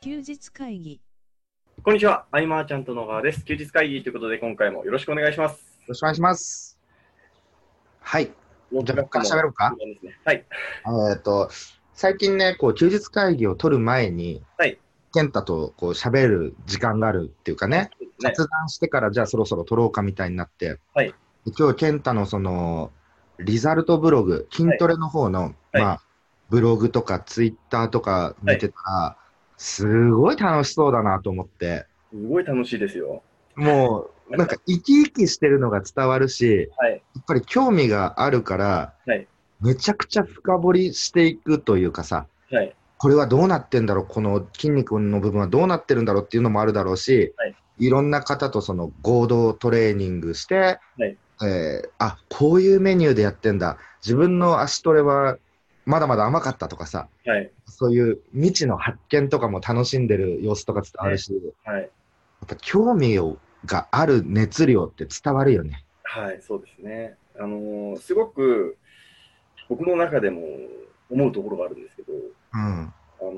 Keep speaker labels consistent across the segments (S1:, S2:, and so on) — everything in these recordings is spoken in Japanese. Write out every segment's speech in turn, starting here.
S1: 休日会議
S2: こんにちは、アイマーちゃんと野川です。休日会議ということで、今回もよろしくお願いします。
S3: よろしくお願いします。はい。じゃあ僕から喋ろうか。
S2: ですね。はい。
S3: えっと、最近ね、こう、休日会議を取る前に、
S2: はい。
S3: 健太とこう喋る時間があるっていうかね、
S2: ね
S3: 雑談してからじゃあそろそろ取ろうかみたいになって、
S2: はい
S3: で今日健太のその、リザルトブログ、筋トレの方の、
S2: い
S3: まあ、ブログとかツイッターとか見てたら、すごい楽しそうだなと思って、
S2: すごい楽しいですよ。
S3: もう、なんか生き生きしてるのが伝わるし、
S2: はい。
S3: やっぱり興味があるから、
S2: はい
S3: めちゃくちゃ深掘りしていくというかさ、
S2: はい。
S3: これはどうなってんだろう、この筋肉の部分はどうなってるんだろうっていうのもあるだろうし、
S2: はい
S3: い、ろんな方とその合同トレーニングして、
S2: はい
S3: えーあこういうメニューでやってんだ、自分の足トレはまだまだ甘かったとかさ、
S2: はい。
S3: そういう未知の発見とかも楽しんでる様子とか伝わるし、や
S2: はい。
S3: っぱ興味をがある熱量って伝わるよね。
S2: はい。そうですね。あのーすごく、僕の中でも思うところがあるんですけど、
S3: うん、
S2: あのー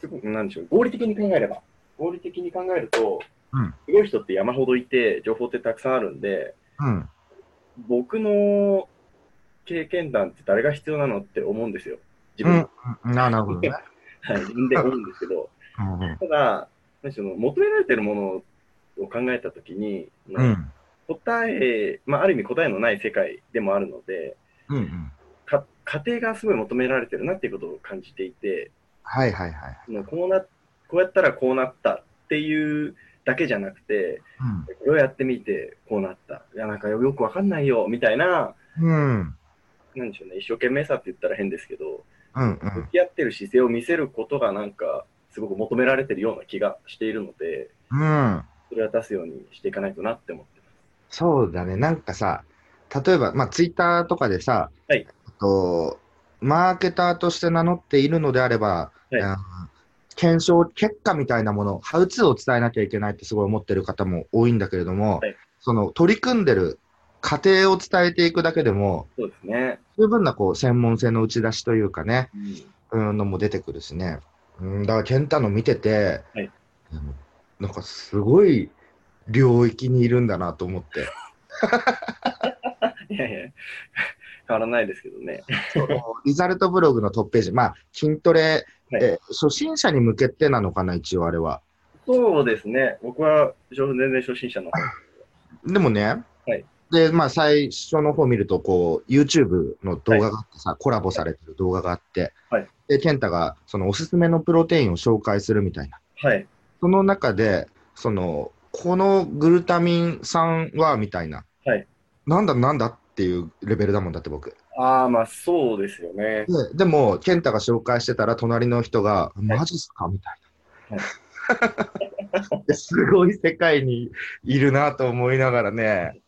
S2: すごく、なんでしょう、合理的に考えれば。合理的に考えると、
S3: うん
S2: すごい人って山ほどいて、情報ってたくさんあるんで、
S3: うん、
S2: 僕の経験談って誰が必要なのって思うんですよ。自分、
S3: うん、ななるほどね。
S2: はい、自分で思うんですけど、
S3: うんうん
S2: ただ、何しろ求められてるものを考えたときに、まあ
S3: うん
S2: 答え、まあ、ある意味答えのない世界でもあるので、
S3: うんうん
S2: か過程がすごい求められてるなっていうことを感じていて、
S3: はいはいはい。
S2: もうこうなこうやったらこうなったっていうだけじゃなくて、これをやってみてこうなった。いや、なんかよくわかんないよ、みたいな、
S3: うん。うん。
S2: なんでしょうね、一生懸命さって言ったら変ですけど、
S3: うんう
S2: 向
S3: ん。
S2: き合ってる姿勢を見せることがなんか、すごく求められてるような気がしているので、
S3: うん。
S2: それは出すようにしていかないとなって思ってます。
S3: そうだね。なんかさ、例えば、まあ、ツイッターとかでさ、
S2: はい
S3: あと、マーケターとして名乗っているのであれば、
S2: はい
S3: あの検証結果みたいなもの、ハウツーを伝えなきゃいけないってすごい思ってる方も多いんだけれども、
S2: はい
S3: その取り組んでる過程を伝えていくだけでも、
S2: そうですね。
S3: 十分なこう専門性の打ち出しというかね、
S2: うん
S3: うん、のも出てくるしね。うん、だから、健太の見てて、
S2: はい
S3: うんなんかすごい領域にいるんだなと思 って。
S2: いやい や、変わらないですけどね。
S3: そのリザルトブログのトップページ、まあ、筋トレ、
S2: はい
S3: え初心者に向けてなのかな、一応あれは。
S2: そうですね。僕は全然初心者の。
S3: でもね、
S2: はい
S3: で、まあ、最初の方見ると、こう、YouTube の動画があってさ、コラボされてる動画があって、
S2: はい
S3: で、健太が、そのおすすめのプロテインを紹介するみたいな。
S2: はい。
S3: その中で、その、このグルタミン酸は、みたいな、
S2: はい
S3: なんだなんだっていうレベルだもんだって僕。
S2: ああ、まあそうですよね。
S3: ででも、健太が紹介してたら、隣の人が、マジっすかみたいな。すご い世界にいるなと思いながらね。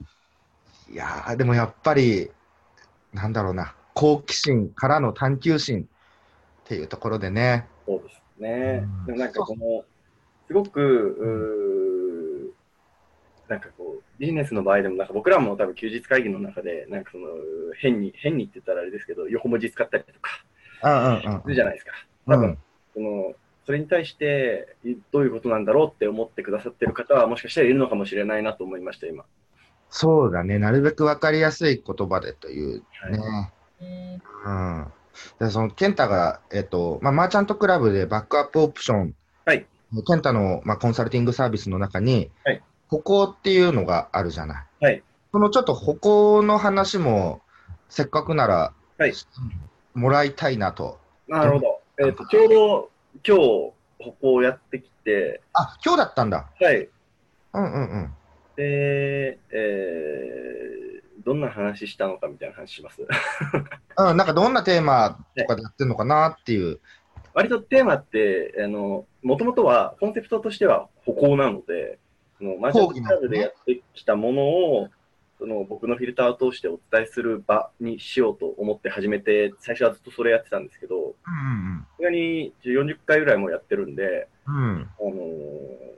S3: いやー、でもやっぱり、なんだろうな、好奇心からの探求心っていうところでね。
S2: そうですね
S3: う。ん
S2: でもなんかこの、すごく、うーなんかこう、ビジネスの場合でも、なんか僕らも多分休日会議の中で、なんかその、変に、変にって言ったらあれですけど、横文字使ったりとか、
S3: うんうん
S2: するじゃないですか。
S3: う
S2: 多
S3: ん。う
S2: 分、
S3: ん、
S2: その、それに対して、いどういうことなんだろうって思ってくださってる方は、もしかしたらいるのかもしれないなと思いました、今。
S3: そうだね、なるべく分かりやすい言葉でという
S2: はい
S3: ね。うん。で、その、健太が、えっ、と、まあ、マーチャントクラブでバックアップオプション、
S2: はい。
S3: 健太の、まあ、コンサルティングサービスの中に、
S2: はい。
S3: 歩行っていうのがあるじゃない。
S2: はい。
S3: そのちょっと歩行の話も、せっかくなら、
S2: はい
S3: もらいたいなと。
S2: なるほど。えっ、と、ちょうど今日、ここをやってきて、
S3: あ、今日だったんだ。
S2: はい。
S3: うんうんうん。
S2: で、えー、どんな話したのかみたいな話します。
S3: うん、なんかどんなテーマとかでやってるのかなっていう。
S2: 割とテーマって、あの、もともとは、コンセプトとしては歩行なので、そのマジッククラブでやってきたものを、その僕のフィルターを通してお伝えする場にしようと思って始めて、最初はずっとそれやってたんですけど、
S3: うん
S2: 意外に40回ぐらいもやってるんで、
S3: うんうん。うん。
S2: あのー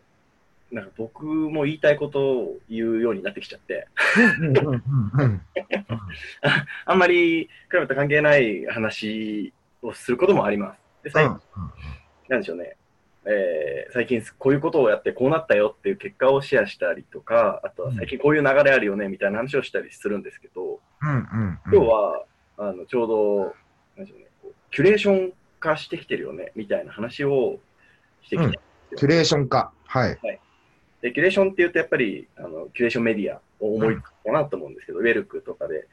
S2: なんか僕も言いたいことを言うようになってきちゃって、
S3: うんうんうんうん。
S2: あんまりクラブと関係ない話をすることもあります。で、
S3: うん
S2: 最。なんでしょうね。えー最近こういうことをやってこうなったよっていう結果をシェアしたりとか、あとは最近こういう流れあるよねみたいな話をしたりするんですけど、
S3: うんうん、うん。
S2: 今日は、あの、ちょうど、なんでしょうね、こうキュレーション化してきてるよね、みたいな話をしてきて、
S3: うんキュレーション化。はい。
S2: で、キュレーションって言うとやっぱり、あの、キュレーションメディアを思いつくかなと思うんですけど、ウェルクとかで、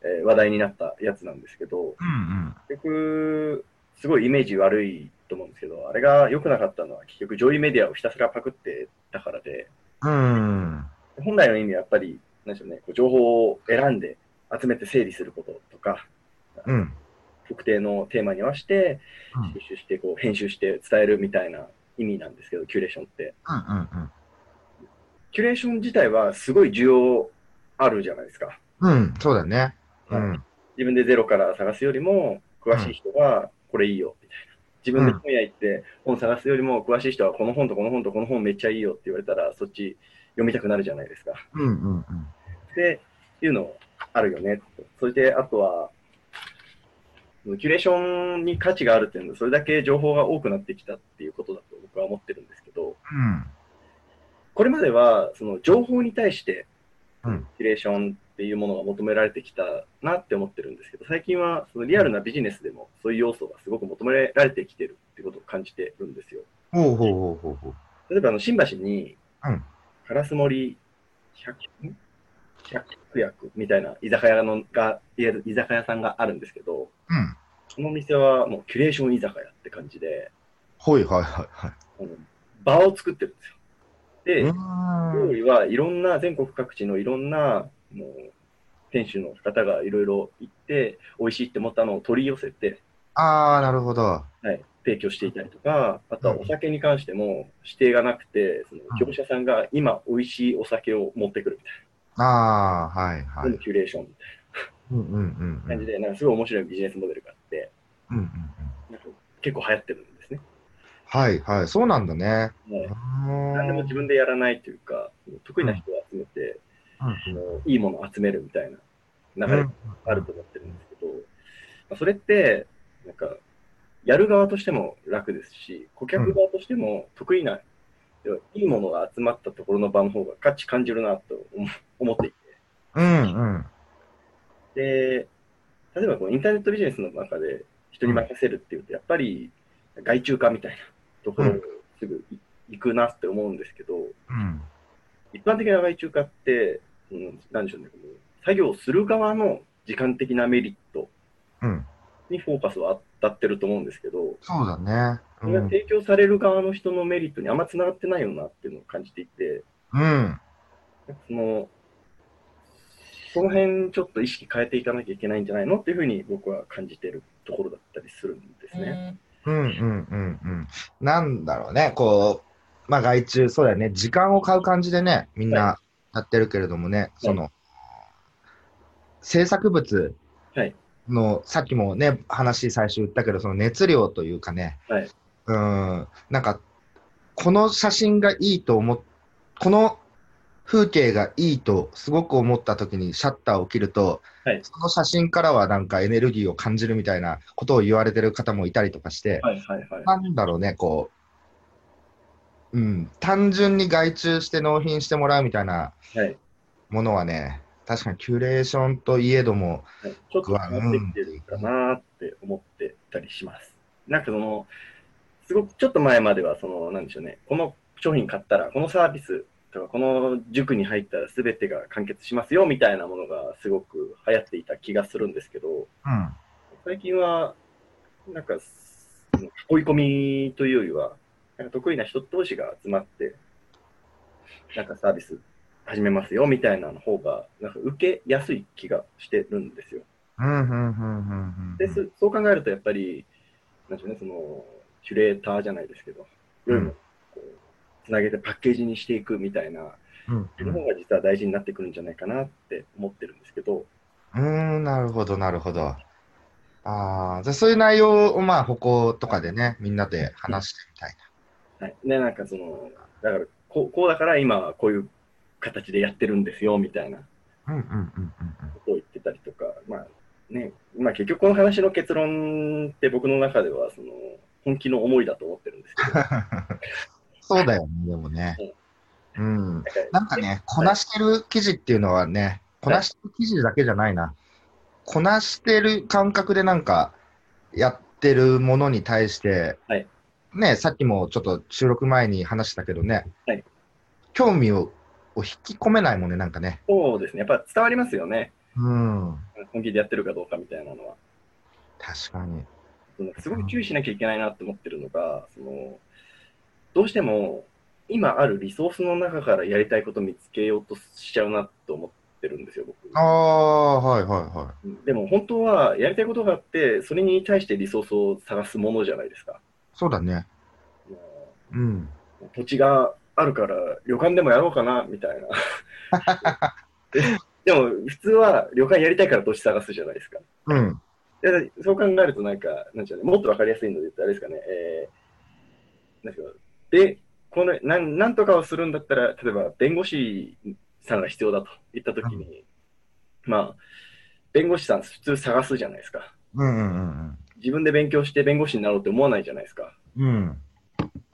S2: えー話題になったやつなんですけど、
S3: うん
S2: 結局、すごいイメージ悪いと思うんですけど、あれが良くなかったのは結局上位メディアをひたすらパクってたからで、
S3: うん。うん。
S2: 本来の意味はやっぱり、なんでしょうね、こう情報を選んで集めて整理することとか、
S3: うん。
S2: 特定のテーマに合わせて
S3: うん、
S2: 収集して、こう、編集して伝えるみたいな意味なんですけど、キュレーションって。
S3: うんうん
S2: キュレーション自体はすごい需要あるじゃないですか。
S3: うん。うん、そうだね。うん。
S2: 自分でゼロから探すよりも、詳しい人はこれいいよ、みたいな。自分で本屋行って本探すよりも、詳しい人はこの本とこの本とこの本めっちゃいいよって言われたら、そっち読みたくなるじゃないですか。
S3: うんうん
S2: っていうのあるよね。それで、あとは、キュレーションに価値があるっていうのは、それだけ情報が多くなってきたっていうことだと僕は思ってるんですけど、
S3: うん。
S2: これまでは、その情報に対して、
S3: うん
S2: キュレーションっていうものが求められてきたなって思ってるんですけど、最近はそのリアルなビジネスでもそういう要素がすごく求められてきてるってことを感じてるんですよ。
S3: うん。ほうほうほうほうほう。
S2: 例えば、あの、新橋に
S3: うん、
S2: カラス森100、100役みたいな居酒屋のが、いわゆる居酒屋さんがあるんですけど、
S3: うん。
S2: その店はもうキュレーション居酒屋って感じで、
S3: ほいはいはいはい。
S2: あの場を作ってるんです
S3: う
S2: よ。で、
S3: ー
S2: 料
S3: ん。
S2: 理はいろんな、全国各地のいろんな、もう、店主の方がいろいろ行って、美味しいって思ったのを取り寄せて、
S3: ああ、なるほど。
S2: はい、提供していたりとか、あとはお酒に関しても指定がなくて、その業者さんが今美味しいお酒を持ってくるみたいな。
S3: ああ、はいは
S2: この
S3: い。
S2: キュレーションみたい
S3: うんうんうん
S2: な
S3: うん。う
S2: 感じ
S3: ん
S2: で、なんかすごい面白いビジネスモデルがあって、
S3: うんうん。
S2: なんか結構流行ってるんですね。
S3: はいはい。そうなんだね。
S2: もう
S3: 何
S2: 何でも自分でやらないというか、得意な人を集めて、あ
S3: う。
S2: のいいものを集めるみたいなん流れがあると思ってるんですけど、まあそれって、なんか、やる側としても楽ですし、顧客側としても得意な、要はいいものが集まったところの場の方が価値感じるなと思思っていて
S3: うんうん。
S2: で、例えばこうインターネットビジネスの中で人に任せるっていうと、やっぱり外注化みたいなところにすぐい行くなって思うんですけど、
S3: うん。
S2: 一般的な外注化って、うん、なんでしょうね、この作業する側の時間的なメリット
S3: うん。
S2: にフォーカスは当たってると思うんですけど、
S3: そうだね。
S2: そうれが
S3: ん。
S2: 提供される側の人のメリットにあんまつながってないよなっていうのを感じていて、
S3: うん。
S2: その、その辺ちょっと意識変えていかなきゃいけないんじゃないのっていうふうに僕は感じてるところだったりするんですね。
S3: うんうんうんうん。なんだろうね、こう、まあ外注、そうだよね、時間を買う感じでね、みんなやってるけれどもね、その、制作物
S2: はい
S3: の、さっきもね、話最初言ったけど、その熱量というかね、
S2: はいう
S3: ーん、なんか、この写真がいいと思っ、この風景がいいとすごく思った時にシャッターを切ると、
S2: はい
S3: その写真からはなんかエネルギーを感じるみたいなことを言われてる方もいたりとかして、
S2: はいはいはい。
S3: なんだろうね、こう、うん、単純に外注して納品してもらうみたいな
S2: はい
S3: ものはね、確かにキュレーションといえども、
S2: はいちょっと変わってきてるかなって思ってたりします。なんかその、すごくちょっと前までは、その、なんでしょうね、この商品買ったら、このサービスとか、この塾に入ったら全てが完結しますよみたいなものがすごく流行っていた気がするんですけど、
S3: うん、
S2: 最近は、なんか、追い込みというよりは、なんか得意な人同士が集まって、なんかサービス始めますよみたいなの方が、なんか受けやすい気がしてるんですよ。
S3: うん、うん、うん、うん。
S2: で、すそう考えると、やっぱり、なんでしょうね、その、キュレーターじゃないですけど、いろいろこう、つなげてパッケージにしていくみたいな、
S3: うん、
S2: の方が実は大事になってくるんじゃないかなって思ってるんですけど、
S3: うん、うんなるほど、なるほど。ああ、じゃあそういう内容を、まあ、歩行とかでね、みんなで話してみたい
S2: はい。で、なんかその、だから、こうこうだから今はこういう形でやってるんですよ、みたいなこ
S3: な。うん、うん、うん、
S2: とを言ってたりとか、まあね、まあ結局この話の結論って僕の中では、その、本気の思いだと思ってるんですけど、
S3: うん。 そうだよね、でもね。うん。 なんかね、こなしてる記事っていうのはね、こなしてる記事だけじゃないな。こなしてる感覚でなんか、やってるものに対して、
S2: はい
S3: ね、さっきもちょっと収録前に話したけどね、
S2: はい
S3: 興味をを引き込めないもんね、なんかね。
S2: そうですね。やっぱ伝わりますよね。
S3: うん。
S2: 本気でやってるかどうかみたいなのは。
S3: 確かに。
S2: そのすごく注意しなきゃいけないなって思ってるのが、そのどうしても今あるリソースの中からやりたいこと見つけようとしちゃうなと思ってるんですよ、
S3: ああ、はいはいは
S2: 僕。でも本当はやりたいことがあって、それに対してリソースを探すものじゃないですか。
S3: い。そうだね。
S2: も
S3: うん。
S2: う土地があるから旅館でもやろうかなみたいな。ででも普通は旅館やりたいから土地探すじゃないですか。
S3: うん。
S2: でそう考えると、なんか、なんちゃうのもっとわかりやすいので言うと、あれですかね、えー、なんていうかで、このなん、なんとかをするんだったら、例えば、弁護士さんが必要だと言ったときに、まあ、弁護士さん、普通探すじゃないですか。
S3: うんうん
S2: 自分で勉強して弁護士になろうって思わないじゃないですか。
S3: うんうん。うん。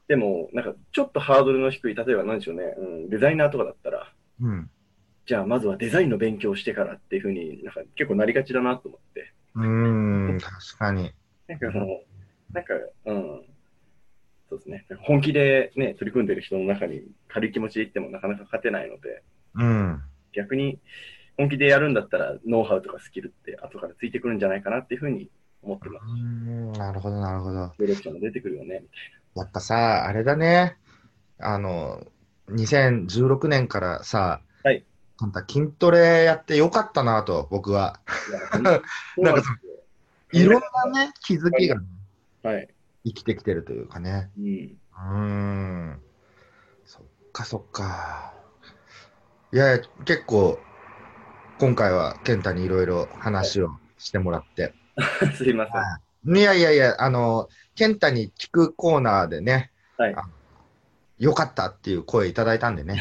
S2: でも、なんか、ちょっとハードルの低い、例えば、なんでしょうね、うん、デザイナーとかだったら、
S3: うん。
S2: じゃあ、まずはデザインの勉強をしてからっていうふうになんか、結構なりがちだなと思って。
S3: うん、確かに。
S2: なんかその、なんか、うん、そうですね、本気でね、取り組んでる人の中に軽い気持ちでいってもなかなか勝てないので、
S3: うん。
S2: 逆に本気でやるんだったら、ノウハウとかスキルって後からついてくるんじゃないかなっていうふうに思ってます。
S3: うんなるほど、なるほど。
S2: 努力者も出てくるよ ね、みたい
S3: やっぱさ、あれだね。あの、2016年からさ、
S2: はい
S3: あんた筋トレやってよかったなと、僕は。
S2: な。
S3: なんか
S2: そう
S3: いろんなね、気づきが
S2: はい。
S3: 生きてきてるというかね。
S2: うん。
S3: うーん。そっかそっか。いや、結構、今回は健太にいろいろ話をしてもらって。
S2: すいません。
S3: いやいやいや、あの、健太に聞くコーナーでね、
S2: はい
S3: あよかったっていう声いただいたん でね。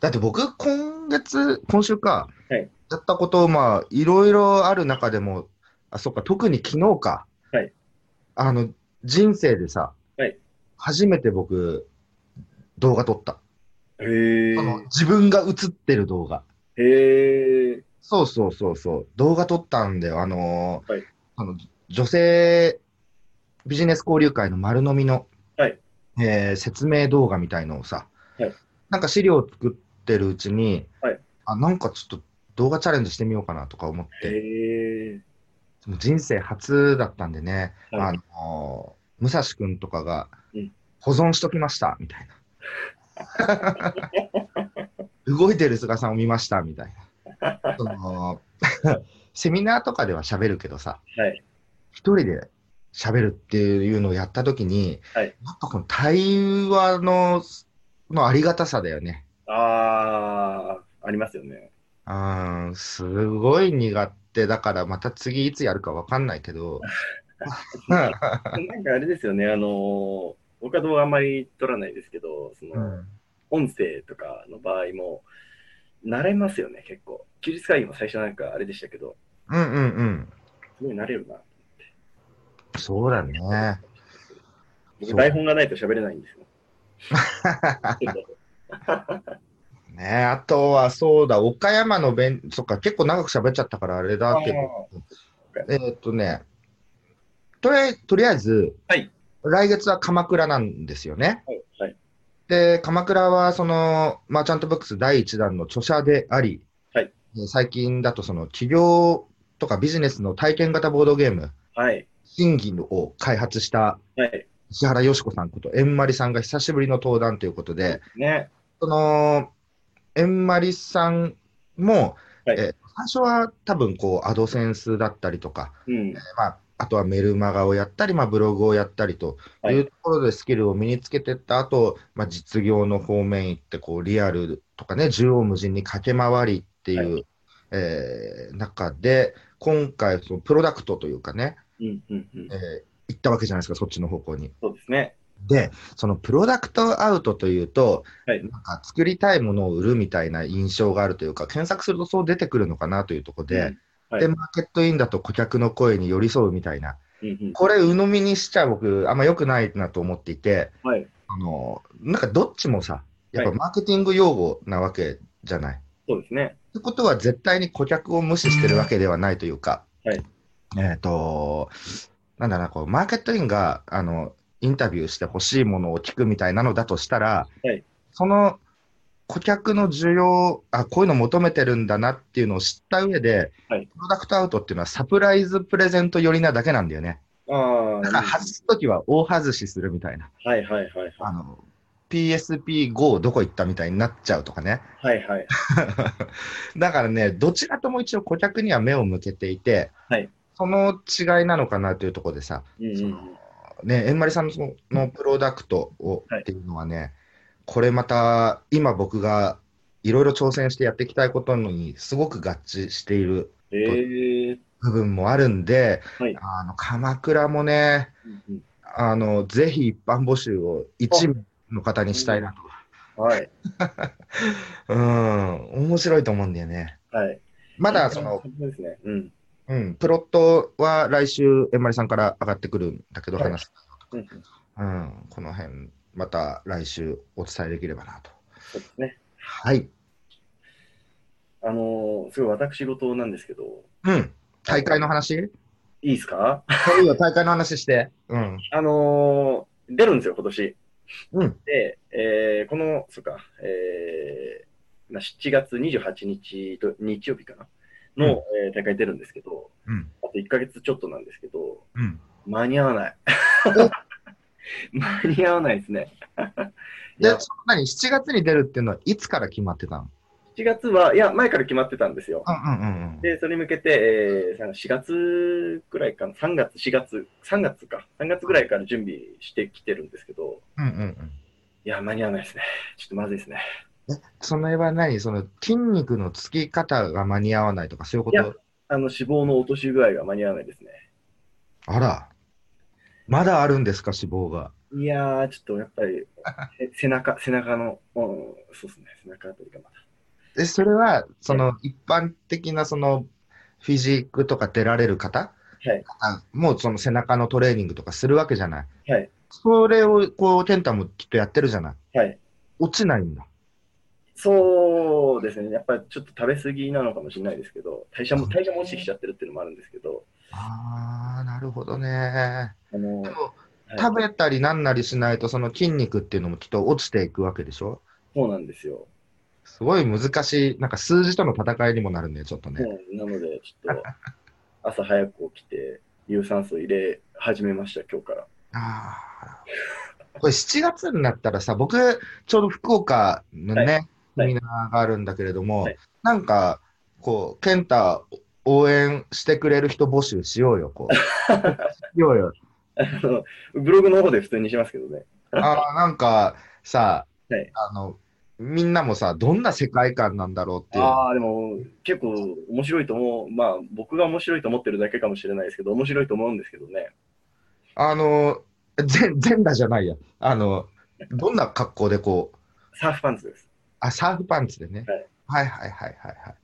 S3: だって僕、今月、今週か、
S2: はい
S3: やったこと、まあ、いろいろある中でも、あ、そっか、特に昨日か、
S2: はい
S3: あの、人生でさ、
S2: はい
S3: 初めて僕、動画撮った。
S2: へ
S3: あの
S2: ー
S3: 自分が映ってる動画。
S2: へー
S3: そうそうそうそう、動画撮ったんだよ、あのー
S2: はい
S3: あの女性ビジネス交流会の丸飲みの、
S2: はい
S3: えー説明動画みたいのをさ、
S2: はい
S3: なんか資料を作ってるうちに、
S2: はい
S3: あ、なんかちょっと動画チャレンジしてみようかなとか思っ
S2: へ
S3: て、
S2: ー
S3: その人生初だったんでね、
S2: は
S3: あ
S2: い
S3: のー武蔵くんとかが
S2: うん
S3: 保存しときましたみたい な。動いてる菅さんを見ましたみたいな。その セミナーとかでは喋るけどさ、
S2: はい
S3: 一人で喋るっていうのをやったときに、
S2: はい
S3: やっぱこの対話ののありがたさだよね。
S2: あー、ありますよね。
S3: うん、すごい苦手だから、また次いつやるかわかんない けど。
S2: なんかあれですよね、あのー僕は動画あんまり撮らないですけど、その、
S3: うん
S2: 音声とかの場合も、慣れますよね、結構。休日会議も最初なんかあれでしたけど、
S3: うんうんうん。
S2: すごい慣れるな。
S3: そうだね。
S2: 僕、台本がないと喋れないんですよ。
S3: ねあとはそうだ、岡山の弁、そっか、結構長く喋っちゃったからあれだけど、えーっとね、とりあえず、とりあえず
S2: はい
S3: 来月は鎌倉なんですよね。
S2: はいはい。
S3: で、鎌倉はその、マーチャントブックス第1弾の著者であり、
S2: はい
S3: で最近だとその企業とかビジネスの体験型ボードゲーム、
S2: はい。
S3: 審議を開発した
S2: はい。
S3: 石原よし子さんこと、えんまりさんが久しぶりの登壇ということで、
S2: ね。
S3: その、えんまりさんも、
S2: はい
S3: え最初は多分こう、アドセンスだったりとか、
S2: うん。
S3: まあ、あとはメルマガをやったり、まあ、ブログをやったりと
S2: はいいう
S3: ところでスキルを身につけていった後、まあ、実業の方面行ってこう、リアルとかね、縦横無尽に駆け回りっていう、
S2: は
S3: えー中で、今回、そのプロダクトというかね、
S2: うん。うん。うん
S3: えー行ったわけじゃないですか、そっちの方向に。
S2: そうですね。
S3: で、そのプロダクトアウトというと、
S2: はい
S3: なんか作りたいものを売るみたいな印象があるというか、検索するとそう出てくるのかなというところで、
S2: うんはい
S3: で、マーケットインだと顧客の声に寄り添うみたいな、
S2: うんうん。
S3: これ鵜呑みにしちゃ僕、あんま良くないなと思っていて、
S2: はい。
S3: あの、なんかどっちもさ、やっぱ
S2: はい
S3: マーケティング用語なわけじゃない。
S2: そうですね。
S3: ってことは絶対に顧客を無視してるわけではないというか、
S2: はい
S3: えっ、と、なんだろうな、こう、マーケットインが、あの、インタビューして欲しいものを聞くみたいなのだとしたら、
S2: はい
S3: その顧客の需要、あ、こういうの求めてるんだなっていうのを知った上で、
S2: はい
S3: プロダクトアウトっていうのはサプライズプレゼント寄りなだけなんだよね。
S2: ああ、
S3: だから外すときは大外しするみたいな。
S2: はいはいはいはい。
S3: あの、PSP5 どこ行ったみたいになっちゃうとかね。
S2: はいはい。
S3: だからね、どちらとも一応顧客には目を向けていて、
S2: はい
S3: その違いなのかなというところでさ、
S2: うんうんうん。
S3: ね、円丸さんのそののプロダクトを
S2: はい
S3: っていうのはね、これまた今僕がいろいろ挑戦してやっていきたいことにすごく合致している
S2: ええ。
S3: 部分もあるんで、
S2: はい
S3: あの鎌倉もね、
S2: うんうん
S3: あのぜひ一般募集を1名の方にしたいなと。
S2: はい。
S3: うん、面白いと思うんだよね。
S2: はい。
S3: まだその
S2: そうですね。うん。
S3: うん、プロットは来週、えんまりさんから上がってくるんだけど、
S2: はい
S3: 話す、
S2: うんうん。
S3: うん、この辺、また来週お伝えできればなと。
S2: そうですね。
S3: はい。
S2: あのー、すごい私事なんですけど、
S3: うん。大会の話
S2: いいですか
S3: いいよ、大会の話して。うん。
S2: あのー、出るんですよ、今年。
S3: うん。
S2: で、えー、この、そうか、えー、まあ7月28日と日曜日かなの、えー大会出るんですけど、
S3: うん。
S2: あと1ヶ月ちょっとなんですけど、
S3: うん。
S2: 間に合わ ない。間に合わないですね。 い
S3: で、
S2: や
S3: そんなに7月に出るっていうのは、いつから決まってたの
S2: 7月は、いや、前から決まってたんですよ
S3: う。んうんうん
S2: で、それに向けて、えー、4月ぐらいかな、3月、4月、3月か、3月ぐらいから準備してきてるんですけど、
S3: うん。うんうんうん。
S2: いや、間に合わないですね。ちょっとまずいですね。
S3: それは何その筋肉のつき方が間に合わないとか、そういうこ
S2: いや
S3: と
S2: あの、脂肪の落とし具合が間に合わないですね。
S3: あら。まだあるんですか、脂肪が。
S2: いやー、ちょっとやっぱ り、え背中、背中の、うん、そうですね、背中あたりがまだ。
S3: え、それは、その、一般的な、その、フィジークとか出られる方
S2: はい
S3: あもうその背中のトレーニングとかするわけじゃない。
S2: はい
S3: それを、こう、テンタもきっとやってるじゃない。
S2: はい。
S3: 落ちないんだ。
S2: そうですね、やっぱりちょっと食べ過ぎなのかもしれないですけど、代謝も、代謝も落ちてきちゃってるっていうのもあるんですけど、
S3: あー、なるほどね。
S2: あの
S3: で
S2: ー、
S3: も、
S2: はい
S3: 食べたりなんなりしないと、その筋肉っていうのもきっと落ちていくわけでしょ
S2: そうなんですよ。
S3: すごい難しい、なんか数字との戦いにもなるね、ちょっとね。
S2: うんなので、ちょっと、 朝早く起きて、有酸素入れ始めました、今日から。
S3: ああ。これ7月になったらさ、僕、ちょうど福岡のね、
S2: はい
S3: セミナーがあるんだけれども、
S2: はい
S3: なんか、こう、健太応援してくれる人募集しよう よ、こう。しようよ。
S2: あのブログの方で普通にしますけどね。
S3: あーなんかさ、
S2: はい
S3: あの、みんなもさ、どんな世界観なんだろうっていう。
S2: ああ、でも結構面白いと思う。まあ僕が面白いと思ってるだけかもしれないですけど、面白いと思うんですけどね。
S3: あの、全、全裸じゃないや。あの、どんな格好でこう、
S2: サーフパンツです。
S3: あ、サーフパンツでね。
S2: はい
S3: はいはいはいはいはい。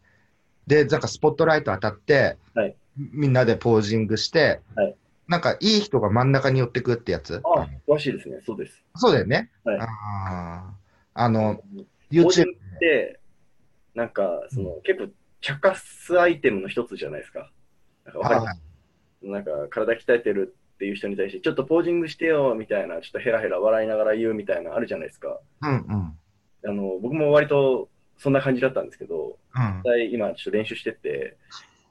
S3: で、なんかスポットライト当たって、
S2: はい
S3: みんなでポージングして、
S2: はい
S3: なんかいい人が真ん中に寄ってくってやつ
S2: ああ、詳しいですね。そうです。
S3: そうだよね。
S2: はい
S3: あーあの、
S2: 法人
S3: YouTube
S2: って、なんか、その、結構、茶化すアイテムの一つじゃないですか。なんかわかります
S3: あ
S2: なんか、体鍛えてるっていう人に対して、ちょっとポージングしてよ、みたいな、ちょっとヘラヘラ笑いながら言うみたいな、あるじゃないですか。
S3: うんうん。
S2: あの、僕も割と、そんな感じだったんですけど、
S3: うん
S2: 実、際今、ちょっと練習してて、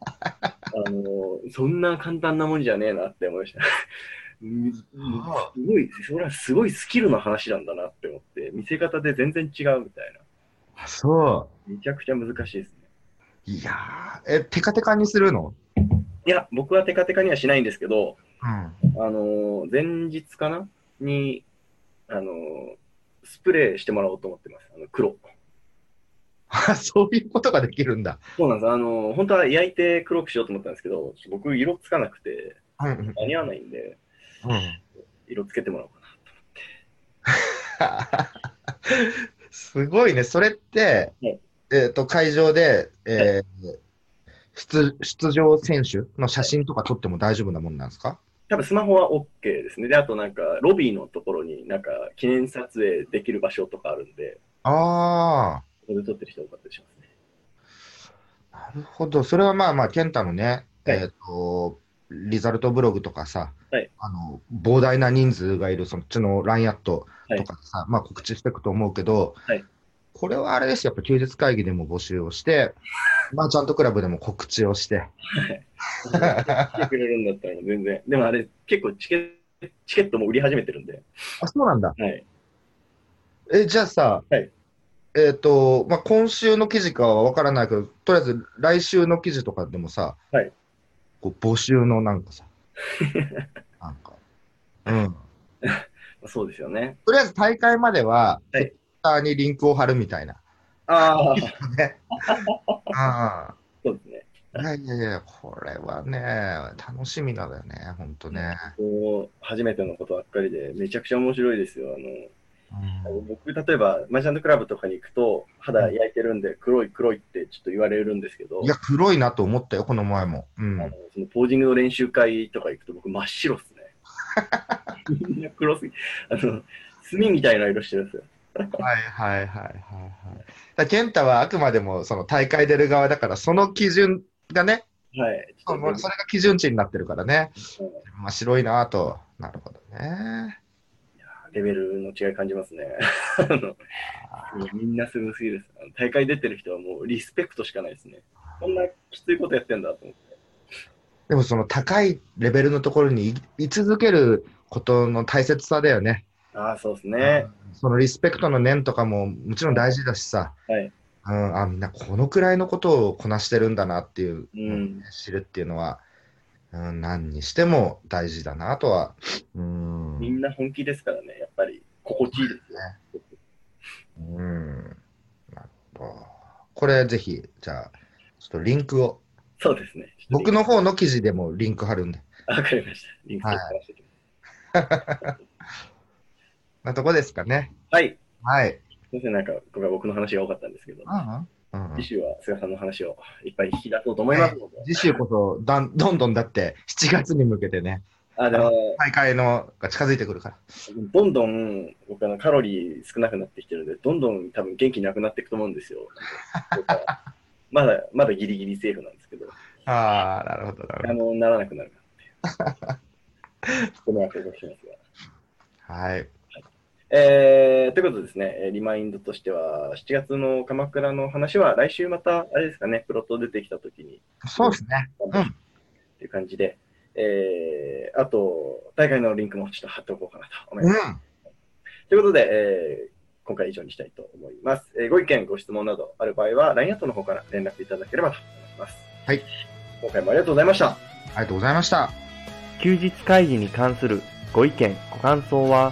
S2: あの、そんな簡単なもんじゃねえなって思いました。うんすごい、それはすごいスキルの話なんだなって思って、見せ方で全然違うみたいな。
S3: あそ
S2: めちゃくちゃ難しいですね。
S3: う。いやー、え、テカテカにするの
S2: いや、僕はテカテカにはしないんですけど、
S3: うん。
S2: あのー前日かなに、あのースプレーしてもらおうと思ってます。あの黒。
S3: あそういうことができるんだ。
S2: そうなんです。あのー本当は焼いて黒くしようと思ったんですけど、ちょっと僕色つかなくて、
S3: うんうん。
S2: 間に合わないんで、
S3: うん、
S2: 色つけてもらおうか
S3: すごいね。それって、
S2: はい
S3: えっ、と、会場で、えー出出場選手の写真とか撮っても大丈夫なもんなんですか
S2: 多分スマホは OK ですね。で、あとなんか、ロビーのところになんか、記念撮影できる場所とかあるんで、
S3: あ
S2: そこで撮ってる人多かったりしますね。
S3: あ、なるほど。それはまあまあ、健太のね、
S2: はい
S3: えっ、と、リザルトブログとかさ、
S2: はい
S3: あの膨大な人数がいるそっちの LINE アットとかさ、まあ告知していくと思うけど、
S2: はい
S3: これはあれですよ、やっぱ休日会議でも募集を して、まあちゃんとクラブでも告知をして、
S2: 来てくれるんだったら全然。でもあれ、結構チケチケットも売り始めてるんで。
S3: あ、そうなんだ。
S2: はい。
S3: え、じゃあさ、
S2: はい
S3: えっ、と、まあ、今週の記事かはわからないけど、とりあえず来週の記事とかでもさ、
S2: はい
S3: こう募集のな んかさ、なんか、うん。
S2: そうですよね。
S3: とりあえず大会までは、
S2: はい
S3: Twitter にリンクを貼るみたいな。
S2: ああ、
S3: あ
S2: そうですね。
S3: あ。いやいやいや、これはね、楽しみなんだよね、ほんとね。
S2: こう初めてのことばっかりで、めちゃくちゃ面白いですよ。あの、
S3: うん
S2: 僕、例えば、マージャントクラブとかに行くと、肌焼いてるんで、黒い黒いってちょっと言われるんですけど、
S3: いや、黒いなと思ったよ、この前も。う
S2: あ
S3: ん
S2: の。そのポージングの練習会とか行くと、僕、真っ白っすね。みんな黒すぎ、あの、炭みたいな色してるんですよ。
S3: はいはいはいはいはい。だ健太はあくまでもその大会出る側だから、その基準がね、
S2: はい。ち
S3: そ
S2: ょ
S3: の
S2: っ
S3: それが基準値になってるからね、
S2: と
S3: まあ、白いなぁと。なるほどね。
S2: レベルの違い感じますね。 あのみんなすごすぎです。あの大会出てる人はもうリスペクトしかないですね。こんなきついことやってんだと思って。
S3: でもその高いレベルのところにい居続けることの大切さだよね。
S2: ああ、そうですね。
S3: そのリスペクトの念とかももちろん大事だしさ、
S2: はい
S3: うん、あみんなこのくらいのことをこなしてるんだなっていう、
S2: うん
S3: 知るっていうのは、うん、何にしても大事だなとは。うん
S2: みんな本気ですからね、やっぱり心地いいです。
S3: うん。なるほど。これぜひ、じゃあ、ちょっとリンクを、
S2: そうですね。ちょっと
S3: 僕の方の記事でもリンク貼るんで、
S2: リンク。わかりました。リンク貼らせてくだ
S3: なとこですかね。
S2: さい。はい。
S3: はい。
S2: すいません、なんか僕は僕の話が多かったんですけど、
S3: うんうん
S2: 次週は菅さんの話をいっぱい引き出そうと思いますので。
S3: 次週こそだん、どんどんだって、7月に向けてね、
S2: あ、でも、
S3: 大会のが近づいてくるから。
S2: どんどん僕あのカロリー少なくなってきてるんで、どんどん多分元気なくなっていくと思うんですよ。 だからまだ、まだギリギリセーフなんですけど、
S3: ああ、なるほど、なる
S2: あ
S3: ほど。
S2: の、ならなくなるからっていう。この後動きますが。
S3: はい。
S2: えー、ということでですね、えーリマインドとしては、7月の鎌倉の話は、来週また、あれですかね、プロット出てきたときに、
S3: そうですね。うん
S2: っていう感じで、えー、あと、大会のリンクもちょっと貼っておこうかなと思います
S3: うん。。
S2: ということで、えー今回は以上にしたいと思います、えーご意見、ご質問などある場合は、LINE アットの方から連絡いただければと思います。
S3: はい。
S2: 今回もありがとうございました。
S3: ありがとうございました。
S1: 休日会議に関するご意見、ご感想は、